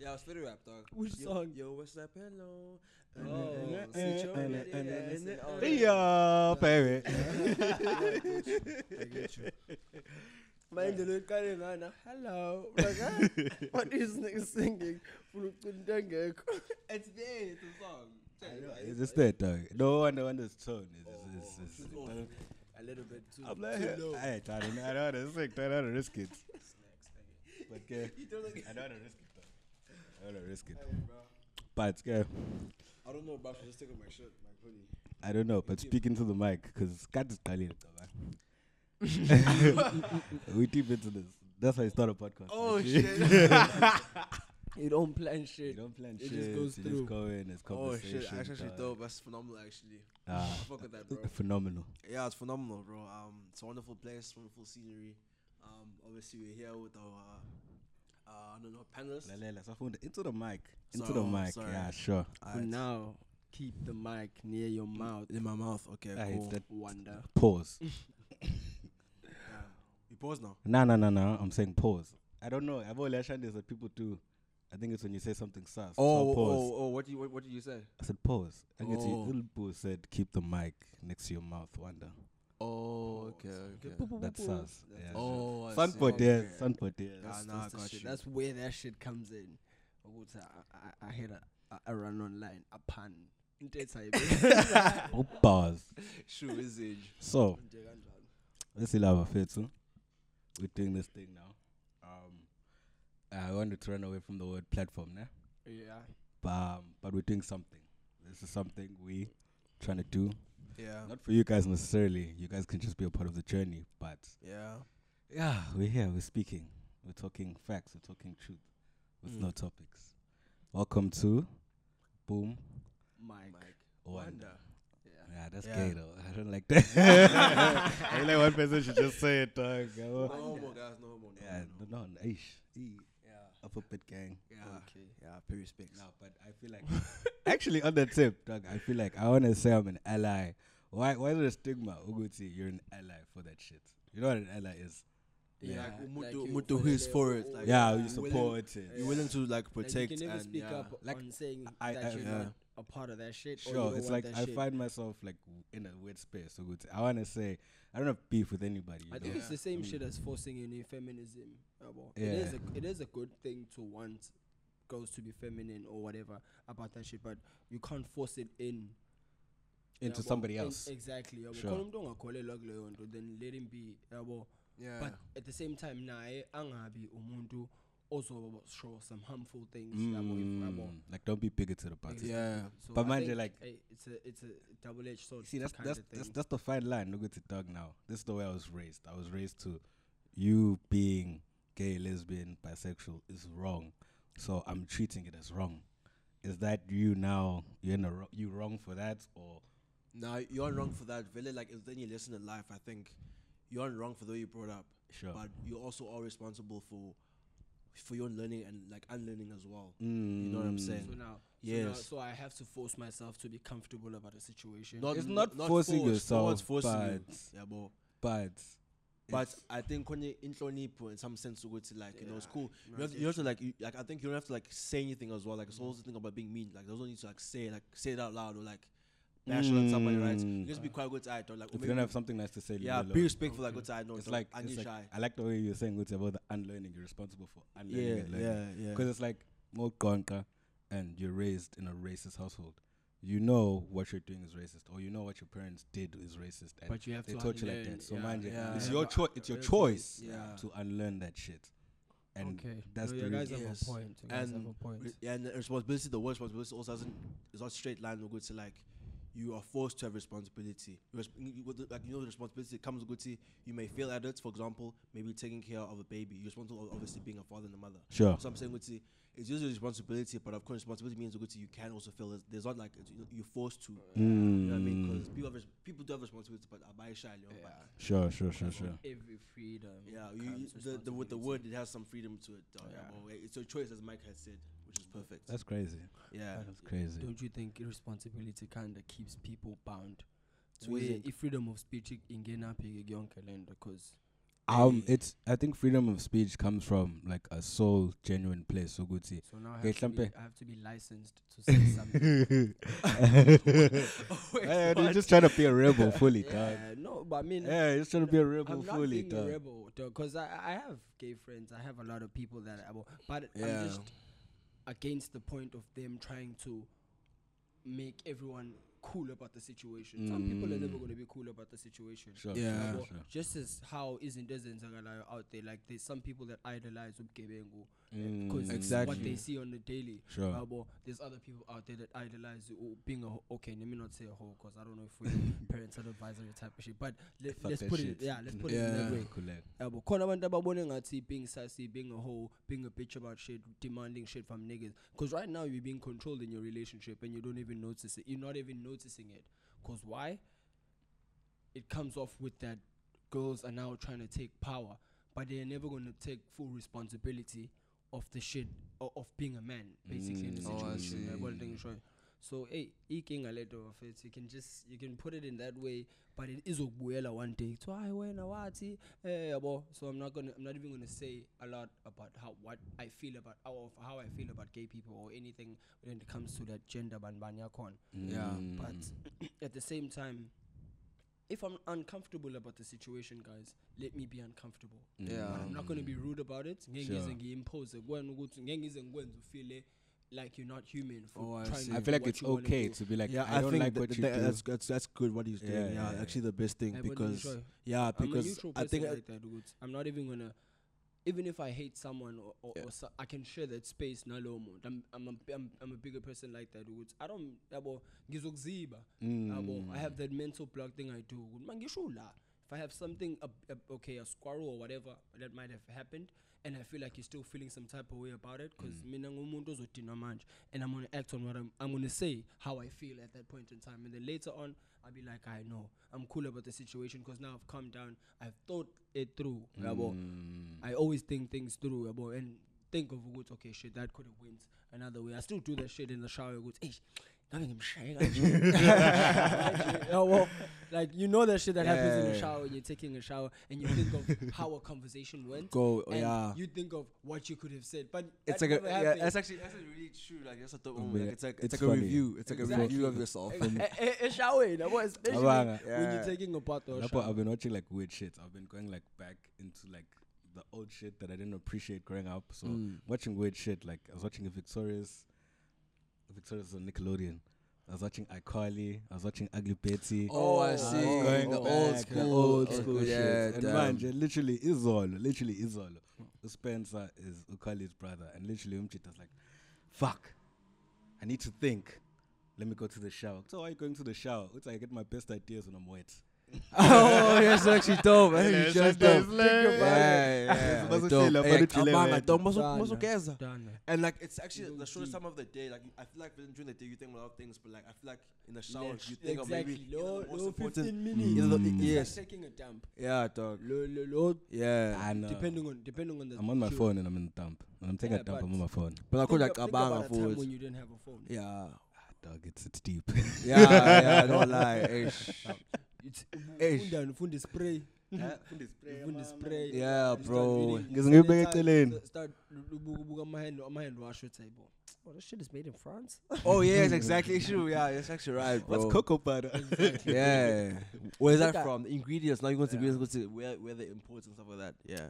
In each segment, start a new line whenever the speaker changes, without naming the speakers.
Yeah, I was fitter rap, dog.
Which
Yo,
song?
Yo, what's up, hello?
Eh,
Oh,
sit
your
and-
ass
and-
and
and-
all
and-
that.
Yo, baby.
I get you. I get you.
Man, the look at him right now. Hello. Like, huh? what is this nigga singing?
It's there. It's a song. Check it out.
It's just that, dog. No one understands tone. It's, it's, it's,
It's
it's,
off.
it's,
A little bit too.
I'm like,
too low.
hey, I don't know how to risk I don't risk it. But, yeah,
You don't like-
I don't know risk it, though. I don't know risk it. But, yeah,
I don't know, bro. I should just take off my shirt, my hoodie.
I don't know. But speaking to the mic, because God is Khalil, We deep into this. That's how you start a podcast.
Oh,
actually.
shit. you don't plan
You
shit.
don't plan
It just
shit. It
goes
just goes
through.
go in. It's
Oh
conversation.
shit, that's actually
dog.
dope. That's phenomenal, actually.
Ah.
I fuck with that, bro.
Phenomenal.
Yeah, it's phenomenal, bro. Um, it's a wonderful place, wonderful scenery. Um, obviously we're here with our, uh, uh I don't know, panelists.
Lalela, safunda into the mic. Into the
So,
mic.
sorry.
Yeah, sure.
For now, keep the mic near your mouth. oh,
In my mouth. Okay,
Ah, it's
cool.
that-
Wonder.
Pause.
Damn. You pause now.
No, no, no, no. I'm saying pause. I don't know. I've always learned this that people do. I think it's when you say something sus. so pause.
oh, what do you what, what did you say?
I said pause. I get
Oh.
you. Ulbu said keep the mic next to your mouth, Wanda.
Oh, okay, okay.
That's sus. Yeah.
Oh, I
Sun
see.
for dears.
Okay.
Sun for dears.
Nah,
That's,
nah,
that's, the
got
shit.
you.
that's where that shit comes in. Ukuthi I, I, I had a, a, a run online, a pun. Into it,
Oh, bars.
Shoe is age.
So, let's see lava fetsu. We're doing this thing now. Um, I wanted to run away from the word platform, nah?
Yeah.
but, um, but we're doing something. This is something we trying to do.
Yeah.
Not for you guys necessarily. You guys can just be a part of the journey. But
Yeah.
yeah, we're here. We're speaking. We're talking facts. We're talking truth with
Mm.
no topics. Welcome to Boom
Mike.
Wanda.
Yeah.
Yeah, that's
Yeah.
gay though. I don't like that. I feel like one person should just say it. Dog.
No
Yeah,
homo, guys. No homo. No,
no,
no.
no, no. Ish. E.
Yeah.
Upper pit gang.
Yeah.
Okay.
Yeah. Pay respects.
No, but I feel like actually on the tip, dog, I feel like I wanna say I'm an ally. Why why is there a stigma, Uguti, you're an ally for that shit? You know what an ally is?
Yeah,
Yeah.
like Umutu,
Like you
Umutu who
follow
is
them
for it.
all
Like,
Yeah,
Yeah.
you support it.
Willing, you're willing to like
Like,
protect
you can never
and
speak
yeah.
up
Like,
on saying
I-
that
I-
you're
yeah.
not a part of that shit. or you
Sure,
don't
it's
want
like
that
I
shit.
find myself like w- in a weird space. Uguti. I wanna say I don't have beef with anybody.
I
You
think
know?
it's the same shit as forcing any feminism. yabo.
Yeah.
It is a, it is a good thing to want girls to be feminine or whatever about that shit, but you can't force it in
Into
yabo.
somebody
In-
else.
exactly. yabo.
Sure.
Khona umuntu ongakholelwa kuleyo nto, then let him be. yabo.
Yeah.
But at the same time, naye angabi umuntu also show some harmful things. yabo, if- yabo.
Mm, like don't be bigoted about it.
yeah.
So
But
I
mind you,
think,
like-
eh, it's a it's a double edged sword.
See, that's
kind
that's,
of
that's
thing.
that's the fine line. Look at the dog now. This is the way I was raised. I was raised to you being gay, lesbian, bisexual is wrong. So I'm treating it as wrong. Is that you now? You're in a wro- you wrong for that, or
Now you aren't wrong for that. Really, like if then you listen to life, I think you aren't wrong for the way you brought up.
Sure.
But you also are responsible for for your learning and like unlearning as well. You know what I'm saying?
So now, so, now,
Yes.
so I have to force myself to be comfortable about the situation.
It's not forcing
no one's
yourself, but-
you. Yeah, but
but
but
it's-
I think when you inhloniphe in some sense ukuthi like you know it's
Yeah.
cool. You have, to, you have to like you, like I think you don't have to like say anything as well. Like it's also thing about being mean. Like there's no need to like say like say it out loud or like bash it on somebody, right?
Mm.
Just be quite good to eye, or like or
if you
maybe-
don't have something nice to say, leave it
yeah,
alone.
be respectful. Like good to eye, no,
it's
don't-
like,
and
it's
you
like-
shy.
I like the way you're saying it's about the unlearning. You're responsible for unlearning and learning.
yeah.
Because it's like more gonka and you're raised in a racist household. You know what you're doing is racist, or you know what your parents did is racist, and
But you have
they
to
taught you like
unlearn,
that. So
yeah.
mind you,
Yeah.
it's
Yeah,
your
but
choice. It's your
it's-
choice
yeah.
to unlearn that shit, and
okay,
that's
no,
the
you guys
reason.
have
Yes.
a point. You guys have
And
a point.
Re- Yeah, and the responsibility, the word responsibility also doesn't, it's not straight line. We're good to like, you are forced to have responsibility. Res- you- with the- like, you know, the responsibility comes with good you may fail at it, for example, maybe taking care of a baby. You're responsible, of obviously, being a father and a mother.
Sure.
So I'm saying, good it's just a responsibility, but of course, responsibility means good you can also fail. There's- There's not like, it's- you- you're forced to. You know what I mean? Because people, have res- people do have responsibility, but I buy shy, you know, but-
Mm. Sure, sure, sure, sure.
Every freedom.
yeah, you,
comes
the, the, with the
responsibility.
word, it has some freedom to it. dog.
Yeah.
Well, It's your choice, as Mike has said, which is perfect.
That's crazy.
yeah.
That's crazy.
Don't you think irresponsibility kind of keeps people bound?
Way-
Where if freedom of speech ingenaphi yonke lento because
um, it's I think freedom of speech comes from like a soul genuine place. Uguti.
So now I
Okay,
have, to be,
Hlampe.
I have to be licensed to say something.
Eh, You're just trying to be a rebel fully, dog.
yeah, no, but I mean,
Yeah, just trying to be a rebel
I'm not
fully,
being a
dog.
rebel, because I, I have gay friends. I have a lot of people that I will, but
Yeah.
I'm just against the point of them trying to make everyone cool about the situation. Some people are never
Mm.
going to be cool about the situation.
Sure,
Yeah.
sure,
Yabo,
sure.
just as how isn't ezenzakalayo out there like there's some people that idolize ubugebengu
Mm,
because
Exactly.
what they see on the daily
Sure.
yabo. there's other people out there that idolize u- being a ho- okay let me not say a whole because i don't know if we're parents and advisory type of shit but let,
Fuck
let's
that
put
shit.
it yeah let's put it in
Yeah.
that way
Correct.
yabo khona abantu ababona ngathi being sassy being a hoe being a bitch about shit demanding shit from niggas because right now you're being controlled in your relationship and you don't even notice it you're not even noticing it because why it comes off with that girls are now trying to take power but they're never going to take full responsibility of the shit o of being a man basically in the
Mm. Oh, I
situation
see.
yabo, le nto engishoyo. so hey inkinga le nto bafethu you can just you can put it in that way but it izokubuyela one day kuthiwa hayi wena wathi eh yabo so i'm not gonna i'm not even gonna say a lot about how what i feel about how, of how i feel about gay people or anything when it comes to that gender banban yakhona
Yeah,
mm,
but at the same time if i'm uncomfortable about the situation guys let me be uncomfortable
Yeah.
mm,
but i'm not going to be rude about it ngeke
Um, Sure.
ngize ngiyimpose kuwena ukuthi ngeke ngize ngikwenze ufile like you're not human for
Oh, I
trying
see.
to
I
do
feel like
what
it's
you wanna
okay
do.
to be like,
yeah,
I, don't
think
like
that-
what you
that-
do.
That's, that's that's good what he's doing.
Yeah,
Yeah,
yeah, yeah.
actually the best thing
Hey, but
because
enjoy.
yeah,
I'm a
because
neutral
I
person
think
like that, dude. I'm not even gonna. Even if I hate someone or, or,
Yeah.
or so, I can share that space nalowo muntu. I'm I'm a, I'm I'm a bigger person like that ukuthi I don't yabo ngizokuzibha
Mm.
yabo I have that mental block thing I do ukuthi mangisho la if I have something a, a, okay a squirrel or whatever that might have happened and I feel like you're still feeling some type of way about it because
Mm.
mina ngumuntu ozodinwa manje and I'm gonna act on what I'm I'm gonna say how I feel at that point in time and then later on I'll be like I know I'm cool about the situation because now I've calmed down I've thought it through yabo
Mm.
I always think things through yabo and think of ukuthi okay shit that could have went another way I still do that shit in the shower ukuthi eish ngabe ngimshaye kanje." Yabo, like you know that shit that happens in the
Yeah.
shower when you're taking a shower and you think of how a conversation went
go
and
yeah.
you think of what you could have said but
It's
that
like a,
never
yeah,
happened.
that's actually that's actually really true. Like that's a thought moment.
yeah,
Like, it's like
it's
it's, like
funny.
a review. It's like
Exactly.
a review of yourself.
E- e- eshaweni yabo especially when
Abanga.
you're
Yeah.
taking a bath or a
Lapo, I've
shower
been watching like weird shit. I've been going like back into like the old shit that I didn't appreciate growing up. So
Hmm.
watching weird shit, like I was watching Victorious. Victorious on Nickelodeon. I was watching iCarly. I was watching Ugly Betty.
Oh, I
Oh,
see.
I was going
the
back,
old
the
school,
old school
Yeah,
shit. And
damn.
manje, literally Izolo, literally Izolo. Spencer is Ukali's brother, and literally Umchita's like, "Fuck, I need to think. Let me go to the shower." So why are you going to the shower? It's like I get my best ideas when I'm wet.
oh, that's actually dope.
Yeah,
That's
it's
just
just
dope.
nice, like-
Yeah, yeah.
It's
dope.
like-
Like,
it's like-
amanga, dope. Maso-
Done.
maso keza.
Done.
And like it's actually
You
the
go
shortest
deep.
time of the day. Like I feel like during the day you think a lot of things, but like I feel like in the shower
Lex-
you think
exactly.
of maybe either
Lo-
the most
lo
important.
15 minutes.
either the-
Mm.
yes.
Like taking a dump
Yeah, dog.
Lo- lo- lo-
Yeah.
I know.
depending on depending on the
I'm on my
cue.
phone and I'm in the dump. When I'm taking
Yeah,
a dump,
but-
I'm on my phone.
But I
think,
could like
think
abanga
about a time
fools.
when you didn't have a phone
Yeah.
Ah, dog, it's it's deep.
Yeah, yeah, don't lie. Eish.
It's-
Eish.
ufunda ufunda ispray
Eh?
ufunda ispray
Yeah,
You start
bro.
reading.
Ngize ngiyibeke
Then start-
eceleni.
start ubuka ubuka ama-hand ama-hand wash uthi hayi bo oh this shit is made in France
Oh yes, exactly. True. Yeah, that's actually right, bro.
What's cocoa butter?
Yeah. Where's
Look
that
at-
from? The ingredients. Now you're going to be
Yeah.
able to where where the imports and stuff like that. Yeah.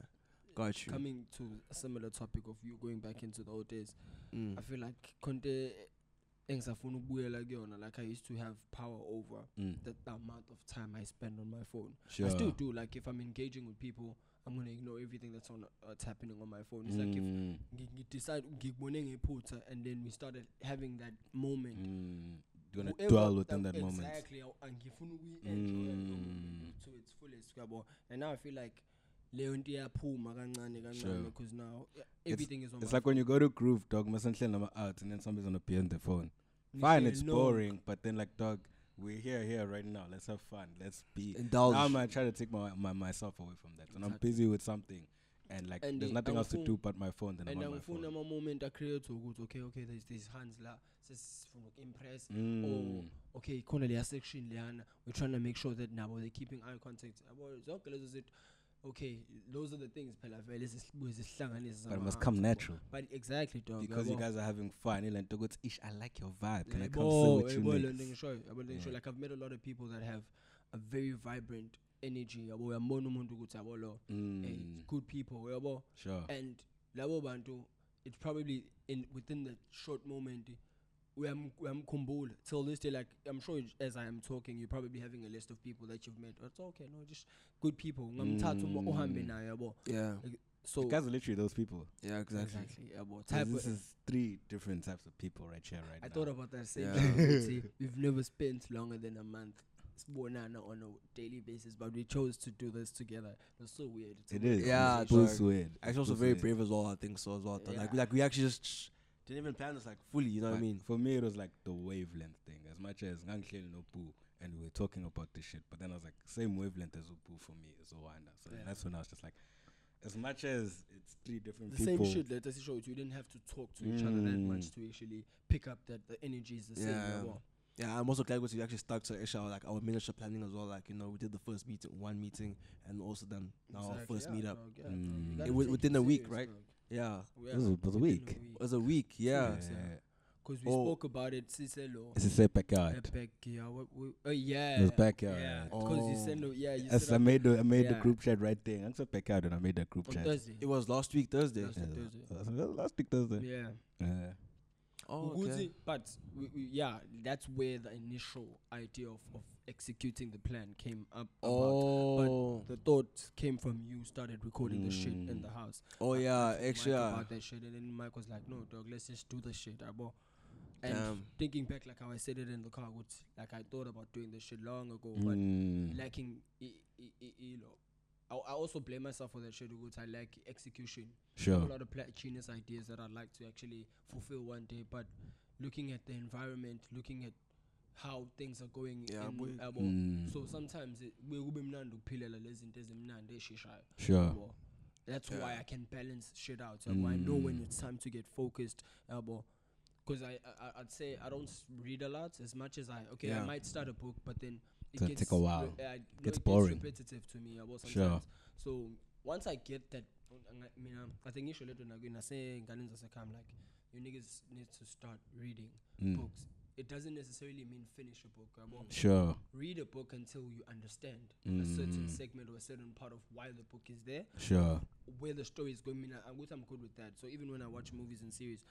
Got you.
coming to a similar topic of you going back into the old days
Mm.
I feel like Conte engisafuna ukubuyela kuyona like I used to have power over
Mm,
the, the amount of time I spend on my phone.
sure.
I still do like if I'm engaging with people I'm gonna ignore everything that's on that's happening on my phone. It's like if
Mm,
ngi- ngi- decide ngikubone ngephutha and then we started having that moment.
mm. Do you want to
Whoever-
dwell within that
exactly,
moment? Mm.
aw- angifuni ukuyi-enjoy leyo moment to its fullest yabo and now i feel like leyo nto iyaphuma kancane kancane
Sure.
because now yeah, everything is on
It's
my
like when you go to Groove, dog, masenhle nama out, and then somebody's gonna be on the phone. Fine, it's
No.
boring, but then like, dog, we're here, here right now. Let's have fun. Let's be.
Indulge.
Now I'm gonna try to take my, my myself away from that, and I'm
Exactly.
busy with something, and like,
And
there's
the-
nothing else to
angifuni-
do but my phone. Then I'm
and
on my
angifuni
phone.
ama-moment acreate ukuthi okay okay there's these hands la sesifuna uku-impress
Mm.
or okay khona leya section leyana we're trying to make sure that nabo they're keeping eye contact yabo zonke lezo zinto okay those are the things phela vele ezisibu- ezisihlanganisa
But it must
zama-
come natural.
but exactly dog
Because you
yabo.
guys are having fun. And to go to ish, I like your vibe. Can I come sing
Yabo,
with you
yabo,
next?
lento engishoyo, yabo, lento engishoyo.
Yeah.
like i've met a lot of people that have a very vibrant energy yabo uyambona umuntu ukuthi yabo lo eh,
Mm,
good people yabo
sure.
and labo bantu it's probably in within the short moment uyam- uyamkhumbula till this day like i'm sure you- as i am talking you're probably having a list of people that you've met it's okay no just good people ungamthatha uma uhambe
Mm.
naye yabo
Yeah,
so
You guys are literally those people.
yeah, exactly.
exactly yabo
'Cause
type
this
of,
is three different types of people right here, right
i
now.
thought about that same
Yeah.
thing, ukuthi we've never spent longer than a month sibonana on a daily basis but we chose to do this together it's so weird It's a
it
weird
is.
Yeah,
It's
dog.
bull's weird.
Actually, also
Bull's
very
weird.
brave as well. I think so as well. though. Like,
Yeah.
like we actually just didn't even plan this like fully. You know what I
But
mean?
For me, it was like the wavelength thing. As much as Nganklele no Poo, and we were talking about this shit, but then I was like, same wavelength as Upu for me is Owanda. So then
Yeah.
that's when I was just like, as much as it's three different
the
people.
same shit that does show you didn't have to talk to each other that much
Mm.
to actually pick up that the energy is the same
Yeah.
yabo.
Yeah, I'm also glad because we actually stuck to actually our, like our miniature planning as well. Like you know, we did the first meeting, one meeting, and also then now our
Exactly,
first
yeah,
meetup.
dog, yeah,
Mm.
dog. You
It
gotta
was
take
within a week,
serious,
right?
dog.
Yeah,
Yeah,
It was- it was a
within
week.
it was a week. Yeah,
Serious. yeah. 'Cause we
Oh.
spoke about it siselo
uh, It's a separate backyard.
back yeah what we, oh yeah
It was backyard.
yeah
Yeah.
because you
Oh.
send a- yeah you
As
set
I
up
made the I made the
Yeah.
group chat right there. That's a backyard, and I made that group
on
chat.
Thursday
it was last week Thursday.
Last
Yeah,
week Thursday.
that was- that was Last week Thursday.
yeah
Yeah.
Oh,
Ukuthi- but we, we, yeah that's where the initial idea of, of executing the plan came up about
Oh,
the thought came from you started recording the shit in
Mm.
the house
oh
I- I
yeah,
told Mike
actually, yeah.
about that shit, and then Mike was like, "No, dog, let's just do the shit." Abo. And
Damn.
thinking back, like how I said it in the car, which, like I thought about doing this shit long ago, but
Mm.
lacking, I, I, I, you know, I, I also blame myself for that shit. Because I lack execution. A
Sure.
lot of genius ideas that I'd like to actually fulfill one day, but looking at the environment, looking at how things are going,
Yeah,
in,
boy.
yabo,
Mm.
so sometimes it, kuye kube mnandi ukuphilela lezinto ezimnandi esheshayo
Sure.
yabo. That's
Yeah.
why I can balance shit out. yabo. I know when
Mm.
it's time to get focused, Because I, I- I I'd say I don't s- read a lot as much as I okay.
Yeah.
I might start a book, but then it
So it
gets
take a while.
re- I know it
Gets boring.
repetitive to me. yabo,
Sure.
sometimes. So once I get that, I mean, I think you should let when I say Ghanaians as I come, like you niggas need to start reading
Mm.
books. It doesn't necessarily mean finish a book. yabo.
Sure.
Read a book until you understand a certain
Mm.
segment or a certain part of why the book is there
Sure.
where the story is going. I mean, I- I'm good. I'm good with that. So even when I watch movies and series,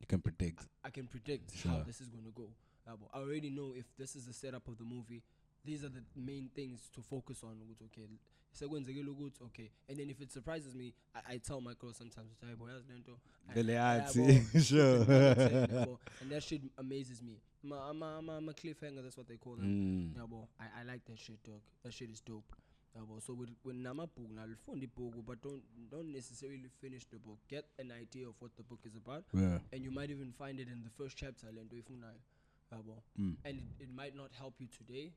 You can predict.
I can predict how
Sure.
this is going to go. Yabo. I already know if this is the setup of the movie. These are the main things to focus on. Ukuthi, Okay, sekwenzekile ukuthi, okay, and then if it surprises me, I, I tell my girl sometimes. ukuthi, "Hayi bo, yazi lento, I-
Vele
yabo,
yazi."
shit
"Ah, Sure.
bengingakathi, yabo. and that shit amazes me. Ma, ma, ma, ma cliffhanger. That's what they call them.
Mm.
yabo I, I like that shit dog that shit is dope yabo so with with namabhuku nalifunda ibhuku but don't don't necessarily finish the book get an idea of what the book is about
Yeah.
and you might even find it in the first chapter le nto oyifunayo yabo
Mm.
and it, it might not help you today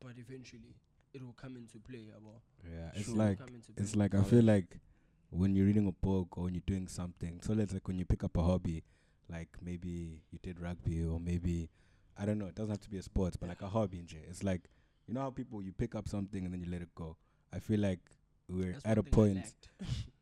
but eventually it will come into play yabo
Yeah, it's
Sure.
like
Come into
it's
play.
like I
Knowledge.
feel like when you're reading a book or when you're doing something. So let's like when you pick up a hobby, like maybe you did rugby or maybe I don't know. It doesn't have to be a sport, but like a hobby in general. It's like you know how people you pick up something and then you let it go. I feel like we're
That's one
at a
thing I
point.
lacked.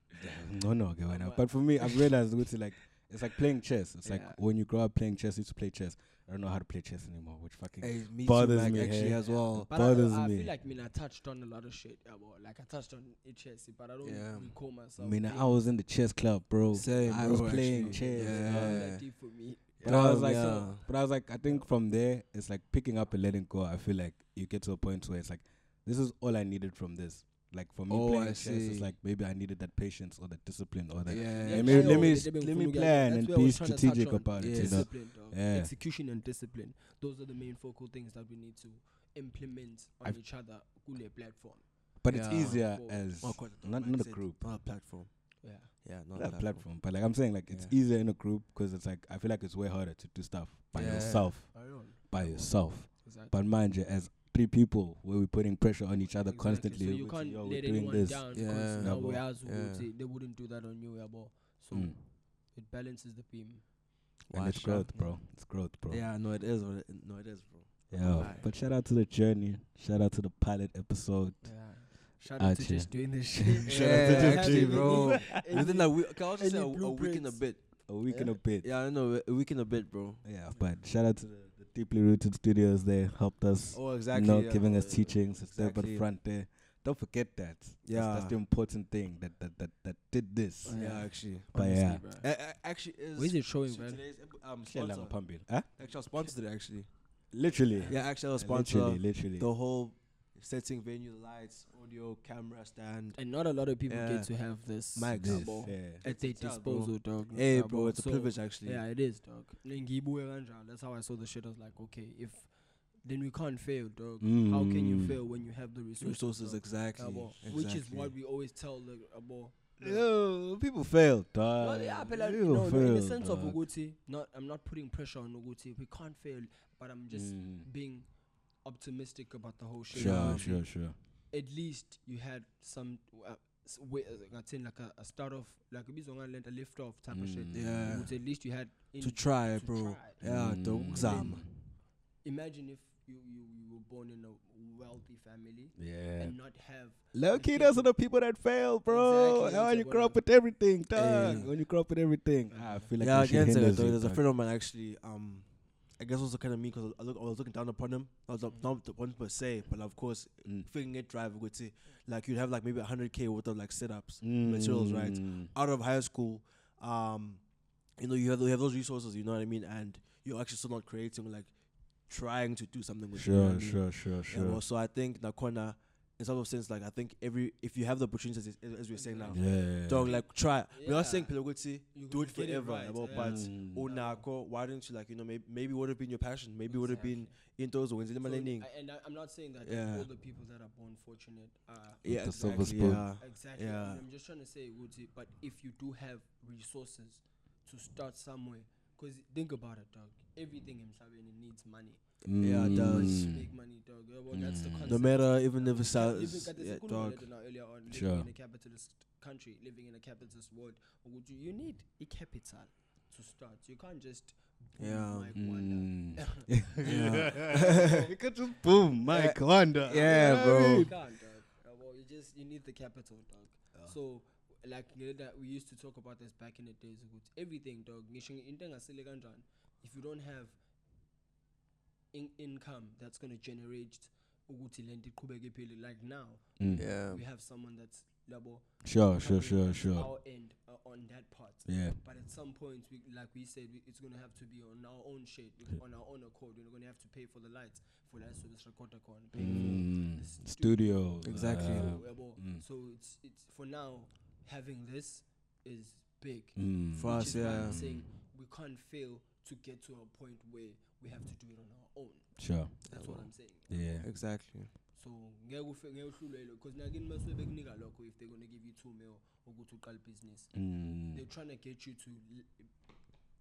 No, no, okay, why
Um,
not?
uh,
But for me, I've realized it's like it's like playing chess. It's like
Yeah.
when you grow up playing chess, you used to play chess. I don't know how to play chess anymore, which fucking
Hey, me too,
bothers
like,
me,
actually
hey.
as well.
But
bothers
I, I
me.
feel like mina touched on a lot of shit yabo like I touched on HSC but I don't
Yeah.
recall
I
myself
mean,
being
I was in the chess club, bro.
Same,
I
bro,
was playing
actually.
chess.
that
Yeah.
deep for me
But I was
Dog,
like,
yeah.
but I was like, I think from there, it's like picking up and letting go. I feel like you get to a point where it's like, this is all I needed from this. Like for me
Oh,
playing
I
chess,
see.
it's like maybe I needed that patience or that discipline or that.
Yeah.
Let me
sure.
let me
They- they
let me
been
plan
That's
and
where I
be
was trying to touch
strategic
on
about it. You
Yes.
know,
Discipline, dog.
Yeah.
Execution and discipline. Those are the main focal things that we need to implement on
I've-
each other kule platform.
but it's
Yeah.
easier
Cool.
as
Oh, quite
not
dog
not a
mindset,
group,
not a platform.
Yeah.
Yeah, not
not a platform. But like I'm saying, like it's
Yeah.
easier in a group because it's like I feel like it's way harder to do stuff by
Yeah.
yourself, by yourself.
Exactly.
But mind you, as three people, where we're putting pressure on each other
Exactly.
constantly.
So you
we're
can't
saying, "Yo, we're
let
doing
anyone
this."
down
Yeah.
because
Yeah,
now
bro.
uyazi
Yeah.
ukuthi they wouldn't do that on you, yabo. So
Mm.
it balances the beam.
And it's
Watch
growth,
out.
bro. It's growth, bro.
Yeah, no, it is. what it- No, it is, bro.
Yeah,
Alright.
but shout out to the journey. Shout out to the pilot episode.
Yeah. Shout out to
Actually.
just doing this shit.
Shout out to
Yeah,
just
actually,
doing
bro.
Within like we, can I also say a,
any
a week and a
blueprints?
bit?
A week
Yeah.
and a bit.
Yeah, I know a week and a bit, bro.
Yeah, but shout out to the, the deeply rooted studios. They helped us,
Oh,
you
exactly.
know,
yeah.
giving us teachings step
Exactly.
and front there. Don't forget that. Yeah, that's,
Yeah.
the important thing that that that, that did this.
Yeah, actually.
But yeah,
A- a- actually, is
Where's it showing,
so
man?
today's ep- um,
Shella
sponsor.
Phambili. Huh?
Actually, our sponsor did actually.
literally,
Yeah, actually, our sponsor.
literally, literally.
The whole setting, venue, lights, audio, camera stand.
And not a lot of people
Yeah.
get to have this
Mics.
This,
yabo,
yeah.
at their
It's out, bro.
disposal, dog.
Hey,
yabo.
bro, it's a
So,
privilege actually.
Yeah, it is, dog. Ngiyibuke kanjalo. That's how I saw the shit. I was like, okay, if then we can't fail, dog. How can you
Mm.
fail when you have the resources?
Resources,
dog?
exactly.
Yabo.
exactly.
Which is what we always tell the abo.
Yo, people fail, dog.
Well, yeah, but like,
People
no, no, in the
fail,
sense of
dog.
Uguti, not I'm not putting pressure on Uguti. We can't fail, but I'm just
Mm.
being optimistic about the whole shit.
Sure,
Uguti.
sure, sure.
At least you had some uh, s- way, uh, like, I'd say like a, a start off, like a bit on a lift off type of shit.
Mm.
Yeah.
Uguti, at least you had in
to try,
to
bro.
try.
Yeah, don't
Mm.
exam.
Imagine if you, you you were born in a wealthy family
Yeah.
and not have
Low-key, those are the people that fail, bro.
Exactly,
How
that's
you
what
grow
I-
up with everything, dog.
Yeah.
When you grow up with everything, ah, I feel like
yeah,
that shit
again,
hinders you,
there's a
dog.
friend of mine actually. Um, I guess also kind of mean because I, look, I was looking down upon him. I was not- not the one per se, but of course,
Mm.
feeling it drive would see like you'd have like maybe 100k worth of like setups materials, right?
Mm.
out of high school. Um, you know, you have you have those resources. You know what I mean? And you're actually still not creating, like trying to do something with. it, you know what I
Sure,
mean?
sure, sure,
Yeah, well,
sure.
so I think Nakona, in some of sense, like I think every if you have the opportunities, as, as we're saying now,
Yeah.
dog, like try. We're not saying
Yeah.
Pilogoti,
you
do it
get
forever, yabo,
yeah.
but
Mm.
oh Nako, why didn't you like you know maybe maybe would have been your passion, maybe would have been in those wins, in
So,
the learning.
I- and I, I'm not saying that
Yeah.
all the people that are born fortunate are
Yeah,
the silver
exactly.
spoon.
Yeah,
exactly.
Yeah.
I'm just trying to say, Woody, but if you do have resources to start somewhere, because think about it, dog. Everything in Zimbabwe needs money.
Yeah, it
You need
does.
to
Mm.
make money, dog. Yeah, well, that's the
Mm. No
concept.
no matter even if it's
Ca-
out,
living-
it's-
that is
yeah,
a good one I
dog.
did now earlier on, living
Sure.
in a capitalist country, living in a capitalist world, would you, you need a capital to start. You can't just boom
Yeah.
like one. uh,
Mm.
Yeah.
you could just boom, Mike Wanda.
yeah,
You know what I
bro.
You
mean?
can't, dog. Uh, well, you just you need the capital, dog. So like you know, that we used to talk about this back in the days. ukuthi Everything, dog. ngisho ngi- into engasele kanjani, If you don't have in- income that's gonna generate ukuthi le nto iqhubeke iphile, like now
Mm.
Yeah.
we have someone that's labo
Sure, Oh, sure,
covering
sure,
us
sure.
our end uh, on that part
Yeah.
but at some point we, like we said we, it's gonna have to be on our own shit on our own accord we're gonna have to pay for the lights for lights service recorder con pay
Mm.
for the
Studio.
Exactly.
uh,
so, yabo.
mm.
so it's it's for now having this is big
mm.
For us,
which is why I'm
yeah.
saying we can't fail to get to a point where we have to do it on our own
Sure.
that's what I'm saying
Yeah.
Exactly.
so ngeke ufe- ngeke uhlulwe yilo because nakini mase bekunika lokho if they're gonna give you two mil ukuthi uqale ibhizinisi
Mm.
they're trying to get you to l-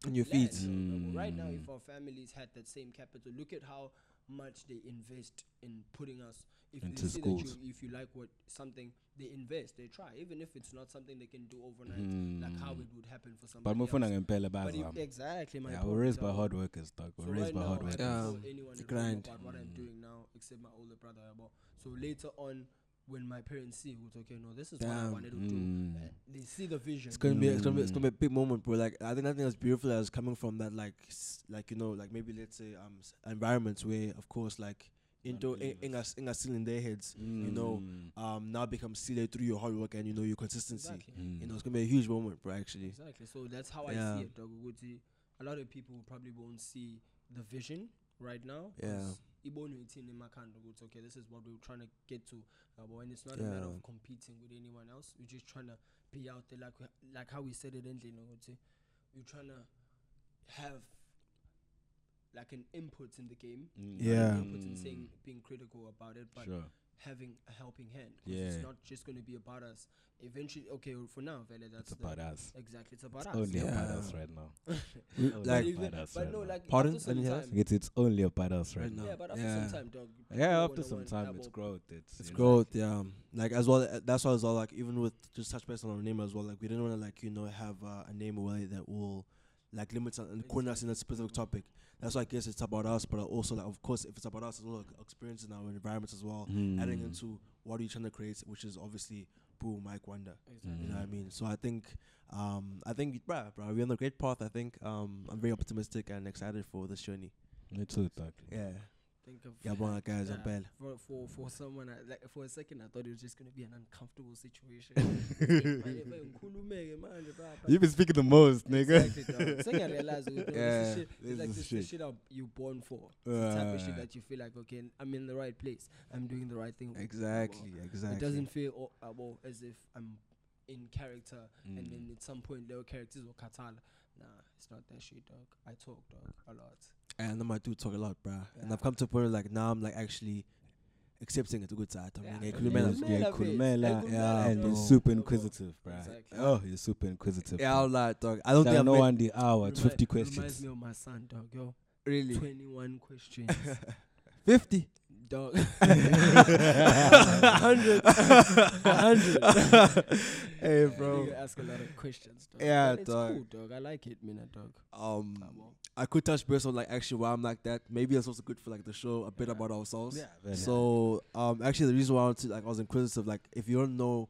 On your
land,
feet.
you know, but Right now, if
Mm.
our families had that same capital, look at how much they invest in putting us. If
Into
they see that
schools.
you, if you like what something, they invest, they try, even if it's not something they can do overnight, like how
Mm.
it would happen for somebody.
But mufuna
else.
ngempela
But if-
bazama.
exactly, my
Yeah,
point,
we're raised by
yabo.
hard workers, dog.
So
We're raised
right
by
now,
hard
I
workers.
don't know
Yeah.
anyone
The
at home
grind.
about what I'm
Mm.
doing now, except my older brother. yabo. So later on, when my parents see, it's okay. No, this is what I
Damn.
wanted to do.
Mm.
Uh, They see the vision.
It's gonna be it's gonna be it's
Mm.
gonna be a big moment, bro. Like I think nothing as beautiful as coming from that, like s- like you know, like maybe let's say um s- environments where, of course, like into
believers.
in us in us still in their heads, you know,
Mm.
um now become sealed through your hard work and you know your consistency.
Exactly.
Mm.
You know, it's gonna be a huge moment, bro. Actually,
Exactly. So that's how I
Yeah.
see it, dog. Ukuthi. A lot of people probably won't see the vision right now.
Yeah.
Ibonu ithini emakhanda ukuthi okay, this is what we're trying to get to. Yabo, and it's not a matter
Yeah.
of competing with anyone else. We're just trying to be out there like we, like how we said it endlini ukuthi we're trying to have like an input in the game.
Mm.
Not an
Yeah.
Input in saying being critical about it, but
Sure.
having a helping hand. 'cause It's
Yeah.
not just going to be about us. Eventually, okay, for now, vele, that's
It's about
the,
us.
exactly. It's about
It's
us.
only about
Yeah.
us right now.
We-
Only
like-
about us
but
right
no,
now.
like
Pardon?
after some
Anything else?
time,
It's it's only about us right
Right
now.
now.
yeah, but after
Yeah.
some time, dog. people
Yeah,
wanna
after some
want-
time,
yabo,
it's growth. It's,
It's
you know,
growth, yeah. Like as well, uh, that's why as well. Like even with just touch base on our name as well. Like we didn't want to like you know have uh, a name away that will like limits and corner us in a specific topic. That's why I guess it's about us, but also like of course if it's about us, it's all experience in our environments as well.
Mm.
Adding into what are you trying to create, which is obviously Boo Mike Wonder.
Mm.
You know what I mean? So I think um I think bruh, bruh, we're on the great path. I think um I'm very optimistic and excited for this journey.
Me too, Doug.
Yeah.
Think of
Yeah, bon, guys, I'm
Yeah.
bad.
for for for someone I, like for a second I thought it was just gonna be an uncomfortable situation. Manje, manje, ngikhulumeke manje, blah, blah,
You've been speaking the most, nigga.
Exactly, dog. So I realized no, this
Yeah,
is shit.
this
It's like
is
this is
shit.
shit I'm- you born for. It's the type of shit
Uh,
that you feel like okay, I'm in the right place. I'm doing the right thing. with people.
Exactly,
It
exactly.
doesn't feel o- uh, well, as if I'm in character,
Mm.
and
Mm.
then at some point little characters will katala. Nah, it's not that shit, dog. I talk, dog, a lot.
And then I do talk a lot, bruh. And
Yeah.
I've come to a point where, like now I'm like actually accepting it a good side. I'm
Yeah,
like,
I
yeah,
mean,
Kulumela.
it's-
yeah,
Kulumela
Kulumela,
bit.
yeah,
Kulumela
and you're
bit.
super
Yeah,
inquisitive, bruh.
Exactly.
Oh, you're super inquisitive.
yeah, I'll
bruh.
lie, dog. I don't
Shall
think I've
know
met-
one the hour, it's
Remi-
50
Reminds
questions.
me of my son, dog. Yo,
really
21 questions,
fifty.
dog. 100. 100.
Hey,
You
bro.
ask a lot of questions, dog.
Yeah,
But it's
dog.
cool, dog. I like it, mina, dog.
Um,
Ah, well.
I could touch base on like actually why I'm like that. Maybe it's also good for like the show a bit
Yeah.
about ourselves.
very
So um, actually, the reason why I wanted to, like I was inquisitive, like if you don't know,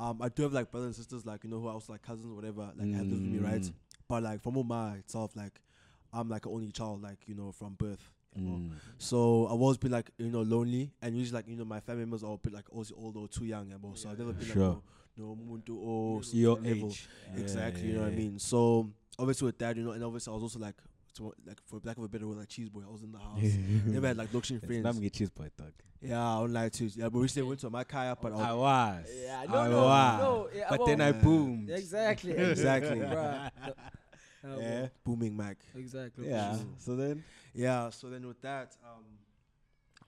um, I do have like brothers and sisters, like you know who are also like cousins, whatever, like have lived with me, right?
Mm.
But like from Oma itself, like I'm like an only child, like you know from birth. you know.
Mm.
So I've always been like you know lonely, and usually like you know my family members are a bit like always old or too young, and so I've never been
Sure.
like no, no muntu or
Middle
Your
Oh, level.
age.
Exactly, you know what I
Yeah.
mean. So obviously with that, you know, and obviously I was also like, to, like for lack of a better word, like cheese boy. I was in the house. Never had like luxury
It's not
friends.
me, cheese boy, dog.
Yeah, I don't lie to you. Yeah, but recently I went to my kaya, but I
I
was,
was.
Yeah, no,
Oh,
I
no,
was.
no, yeah,
but then I
well-
boomed.
Exactly.
Exactly.
Bruh. Uh, well,
Yeah.
booming Mac.
Exactly.
Yeah.
which is-
So then,
Yeah. So then with that, um,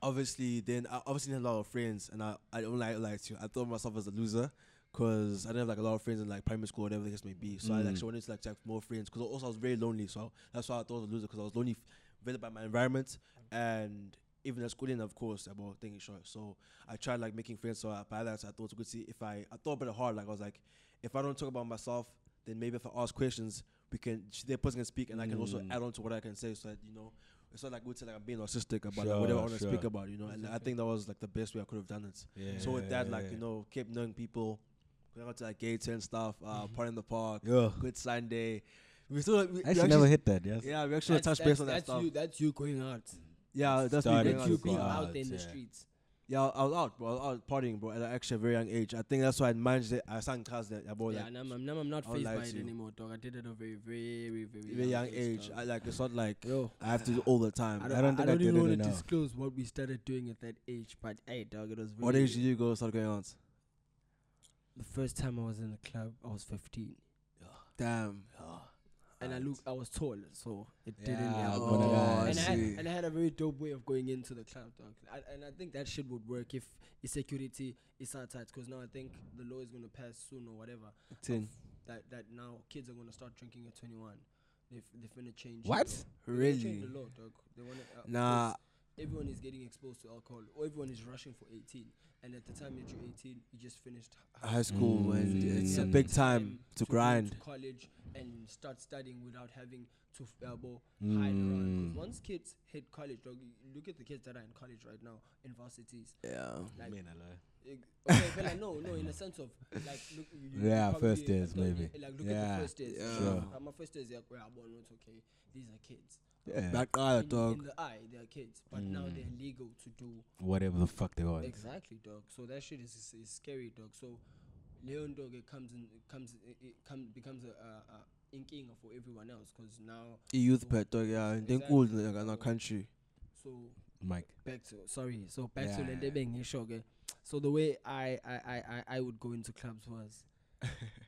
obviously then I obviously had a lot of friends, and I I don't like lie to you. I thought of myself as a loser. Cause I didn't have like a lot of friends in like primary school, whatever the case may be. So I actually wanted to like have more friends. Cause also I was very lonely, so that's why I thought I was a loser. Cause I was lonely, rather by my environment and even at school. Then of course about thinking short. So I tried like making friends. So I, by that I thought I could see if I I thought about it hard. Like I was like, if I don't talk about myself, then maybe if I ask questions, we can sh- the person can speak, and I can also add on to what I can say. So that you know, it's not like we say like I'm being narcissistic about like, whatever I
Sure,
want to speak
sure.
about. You know, and I think that was like the best way I could have done it.
yeah,
So with that, like you know, kept knowing people, going out to like gates and stuff, uh, party in the park,
Mm-hmm. Yeah.
good Sunday. We still like, we, we
I actually never hit that. Yes.
yeah, we actually
That's,
touched
that's-
base on that
that's
stuff.
you. That's you going out.
yeah, that's me
Started
going
to
out
That's you
as
being
well.
out,
out there in the
yeah.
streets.
Yeah, I was out, bro. I was out partying, bro, at actually a very young age. I think that's why I managed it. I sang cars that, yeah, bro,
yeah,
like,
and I'm, I'm, now I'm not
I'll
faced
lie
by
to
it
you.
anymore, dog. I did it at a very, very, very,
very young age.
dog.
I, like, it's not like
Yo.
I have to do all the time.
I
I
don't, I
don't
don't,
think I did
even
it
want to
enough.
disclose what we started doing at that age, but hey, dog, it was really.
What age did you go start going out?
The first time I was in the club, I was 15,
Damn.
and I
Ah,
look, I was tall, so it didn't.
Yeah,
help.
Oh,
but, uh,
I
and, I had,
see.
and I had a very dope way of going into the club, dog. I, and I think that shit would work if the security is tight, because now I think the law is gonna pass soon or whatever.
Tin.
That that now kids are gonna start drinking at 21. They've they've finna change.
What?
Really?
Change the law, dog. They wanna, uh,
Nah.
everyone is getting exposed to alcohol or everyone is rushing for 18 and at the time that you're 18 you just finished h-
High school,
Mm.
Oh, and
you
it's a
have
big
the
time to
go
grind.
to college and start studying without having to f- uh, bo-
Hmm.
hide around 'Cause
Mm.
once kids hit college dog, you look at the kids that are in college right now in varsities
Yeah.
like
mean, I lie.
ig- okay, but like, no, no, in the sense of like, look, you- you
Yeah,
probably
first days,
adult-
maybe.
Like, look at
Yeah.
the first days.
Yeah.
Sure.
Uh, my first days, like, where I born, it's okay. These are kids.
Yeah.
That guy,
in, in
dog.
the eye, they are kids, but now
Mm.
they're legal to do
Whatever the fuck they want.
Exactly, dog. So that shit is, is, is scary, dog. So Leon dog it comes in it comes it, it come, becomes a, a, a inking for everyone else because now
A youth pet, dog. Yeah, and then
Exactly.
cool like, in our country.
so
Mike.
back to sorry so back to
Yeah.
Lendebeng Hishoge. eh? So the way I I, I I I would go into clubs was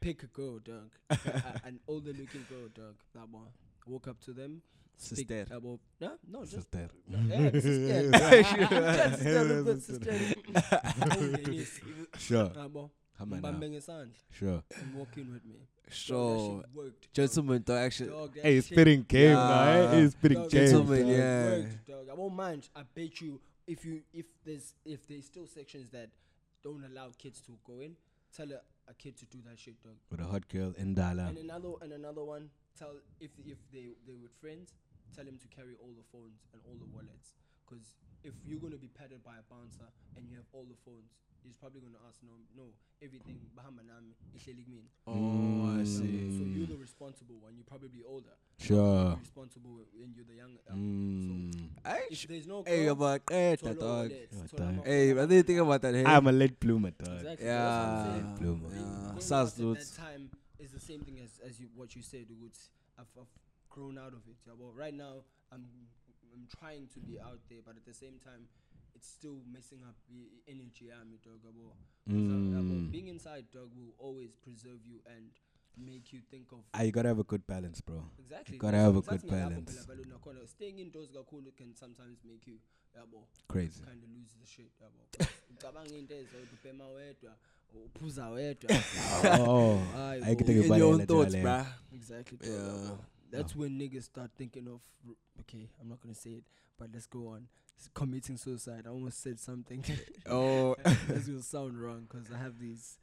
pick a girl, dog, a, a- an older looking girl, dog. That one walk up to them. speak
Sister.
About, no, no, just
Sister.
yeah, sister. Yeah, sister, sister. Ungenise.
Sure.
Yabo.
Come on now.
Ngibambe ngesandla.
Sure.
and walk in with me.
Sure.
Dog, that shit worked.
Gentlemen, dog,
Dog,
actually.
dog, that
Hey, he's
shit
spitting game,
Yeah.
now. eh? He's spitting
Dog,
game.
Gentlemen,
dog.
yeah.
worked, dog. I won't mind. I bet you if you if there's if there's still sections that don't allow kids to go in, tell a, a kid to do that shit, dog.
With a hot girl in Dala.
And another and another one, tell if if they they were friends, tell him to carry all the phones and all the wallets. Because if you're gonna be patted by a bouncer and you have all the phones, he's probably gonna ask no no everything bahamba nami ihleli kumina.
Oh, I
So
see.
you're the responsible one. You're probably older.
Sure.
You're responsible and you're the young.
Mm.
If there's no
Hey,
girl,
yabaqeda
thola
dog.
wallets,
Yeah,
thola
dog.
ama-
Hey, I didn't think about that. Hey.
I'm a late bloomer, dog.
Exactly, that's what I'm
yeah.
saying.
Bloomer.
yeah.
Growing
Sas
up at
dudes.
that time is the same thing as, as you, what you said. Ukuthi, I've, I've grown out of it. Yeah, well, right now I'm I'm trying to be out there, but at the same time, it's still messing up the energy. I'm dog. yabo. 'Cause, uh, yabo,
Mm.
Being inside dog will always preserve you and make you think of
Ah, you gotta have a good balance, bro.
exactly.
gotta
that's-
have a
that's
good
ngilapho
balance.
phela kalona khona. Staying indoors kakhulu can sometimes make you yabo
Crazy.
kind of lose the shit yabo. 'Cause ucabanga into ezodwa ubhema wedwa uphuza wedwa
oh,
Aye,
I
bro.
can think
In
about
your own
it.
thoughts, bruh.
Exactly.
Yeah.
Yeah. That's when niggas start thinking of, r- okay, I'm not going to say it, but let's go on. S- committing suicide. I almost said something.
Oh,
this will sound wrong because I have these.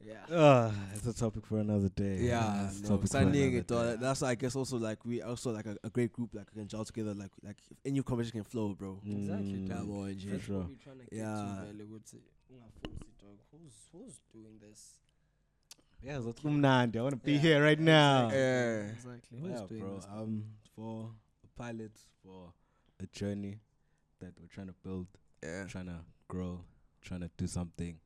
Yeah.
Ah, it's a topic for another day.
yeah.
It's a
No,
topic for
signing
another
it.
day.
dog. That's why I guess also like we also like a, a great group like we can gel together like like if any conversation can flow, bro.
Exactly,
Mm.
Yeah,
dog.
boy, G.
for
That's what
sure.
we're trying to get
Yeah.
to, vele, ukuthi ungafosi, dog. Who's, who's doing this?
Yeah, so it's kumnandi. I want to be
Yeah,
here right now.
exactly.
Yeah.
Exactly. Who's
Yeah,
doing
bro.
this?
Um, for a pilot, for a journey that we're trying to build,
Yeah.
trying to grow, trying to do something.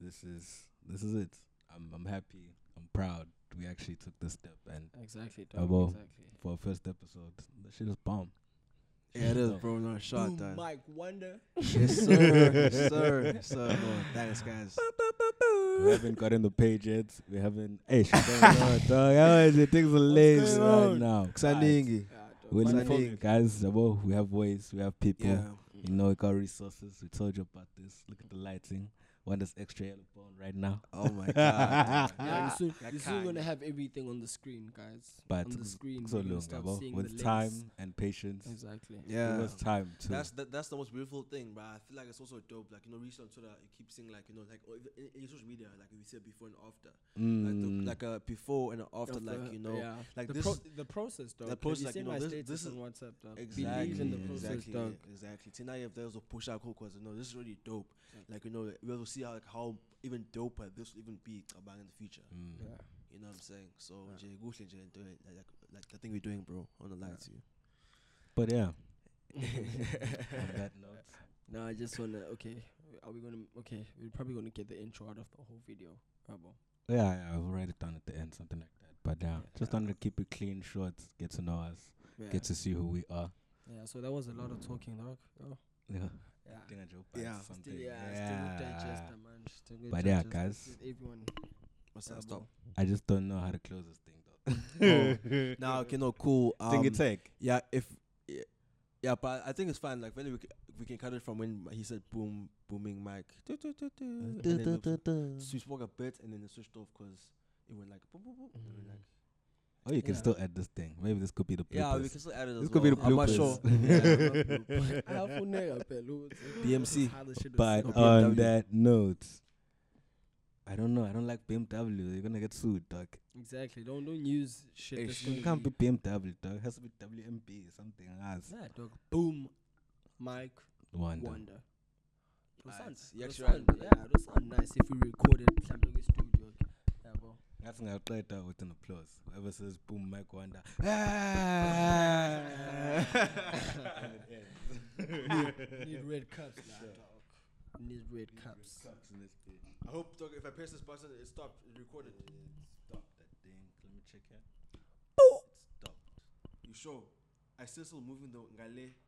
This is this is it. I'm I'm happy. I'm proud. We actually took this step, and
Exactly,
Ah,
dog.
well.
Exactly.
for our first episode, the shit is bomb.
Yeah, it is,
No.
bro. No shot,
Boom,
dog.
Mike Wonder.
Yes, sir. yes, sir. Yes, sir. No, thanks, guys.
we haven't gotten the page yet. We haven't. Hey, shit, dog. How is it? Things are legs
going
right
on?
now.
Saningi.
Yeah, dog.
We'll
But
What's
I
inform
happening?
think-
you guys. Yabo, We have ways. We have people.
Yeah.
You know, we got resources. We told you about this. Look at the lighting. One that's extra yellow bone right now.
Oh my god.
Yeah,
Ah,
you're soon,
that
you're soon gonna
Kanye.
have everything on the screen, guys.
But
on the screen,
so
you're gonna
long,
start
yabo.
seeing the
With
legs.
time and patience.
Exactly.
It
Yeah.
was time too.
That's that, that's the most beautiful thing, but I feel like it's also dope. Like you know, recently on Twitter, you keep seeing like you know, like or even in, in social media, like we see a before and after, like the,
Mm.
like a before and a after, like you know,
yeah.
like
the,
this.
pro- the process, dog. Have
process,
you
like,
seen
you know,
my
this-
status
this is-
on WhatsApp, dog.
Exactly,
Believe in the
yeah,
process,
exactly,
dog.
yeah, exactly. Tonight, if there's a push out cool, cause you know this is really dope. Like you know, we'll see how like how even doper this will even be about in the future.
Mm.
Yeah.
You know what I'm saying? So
Yeah.
Jay Gushling, Jay, do it like, like like the thing we're doing, bro. I'm not lying
Yeah.
to you.
But yeah. On that note,
No, I just wanna. Okay, are we gonna? Okay, we're probably gonna get the intro out of the whole video. Bravo.
yeah, yeah, I'll write it down at the end, something like that. But yeah, just wanted to keep it clean, short, get to know us,
Yeah.
get to see who we are.
yeah. So that was a lot of talking, dog. Oh.
Yeah.
Yeah.
Think I drove past
Yeah.
something.
Still, yeah, Still good digester, man. Still good
But yeah,
digester.
guys.
Everyone. um,
What's
Yeah,
that? Stop.
I just don't know how to close this thing though.
Oh, now, okay, no, cool. Um,
Think it take.
Yeah, if yeah, yeah, but I think it's fine. Like, when we c- we can cut it from when he said boom, booming mic. Do, do, do, do, and then it was- So we spoke a bit and then it switched off because it went like boom, boom, boom. And then like,
Mm-hmm. Or Oh, you can
Yeah.
still add this thing. Maybe this could be the
yeah, we
purpose.
can still add it.
This
as
could be
well.
the
I'm not
bloopers.
sure. BMC.
But uh,
Or
on
BMW.
that note, I don't know. I don't like BMW. They're gonna get sued, dog.
Exactly. Don't don't use shit. That's
Mm.
It
gonna
can't be BMW, dog. It has to be WMP, something else.
Nah, dog. Boom. Mike
Wonder.
Wonder. It'll
Ah,
sound,
it's- you're
it'll
actually right.
sound, yeah, it'll sound nice if we recorded mhlambe kwistudio. Yabo.
That's gonna try it out with an applause. Whoever says boom, Mike Wonder. And it ends.
Need red cups, nah, dog. Need red cups.
Sucks in this bitch.
I hope dog, if I press this button, it stopped. It recorded.
Stop that thing. Let me check it. Stop.
You sure? I still still moving the ngale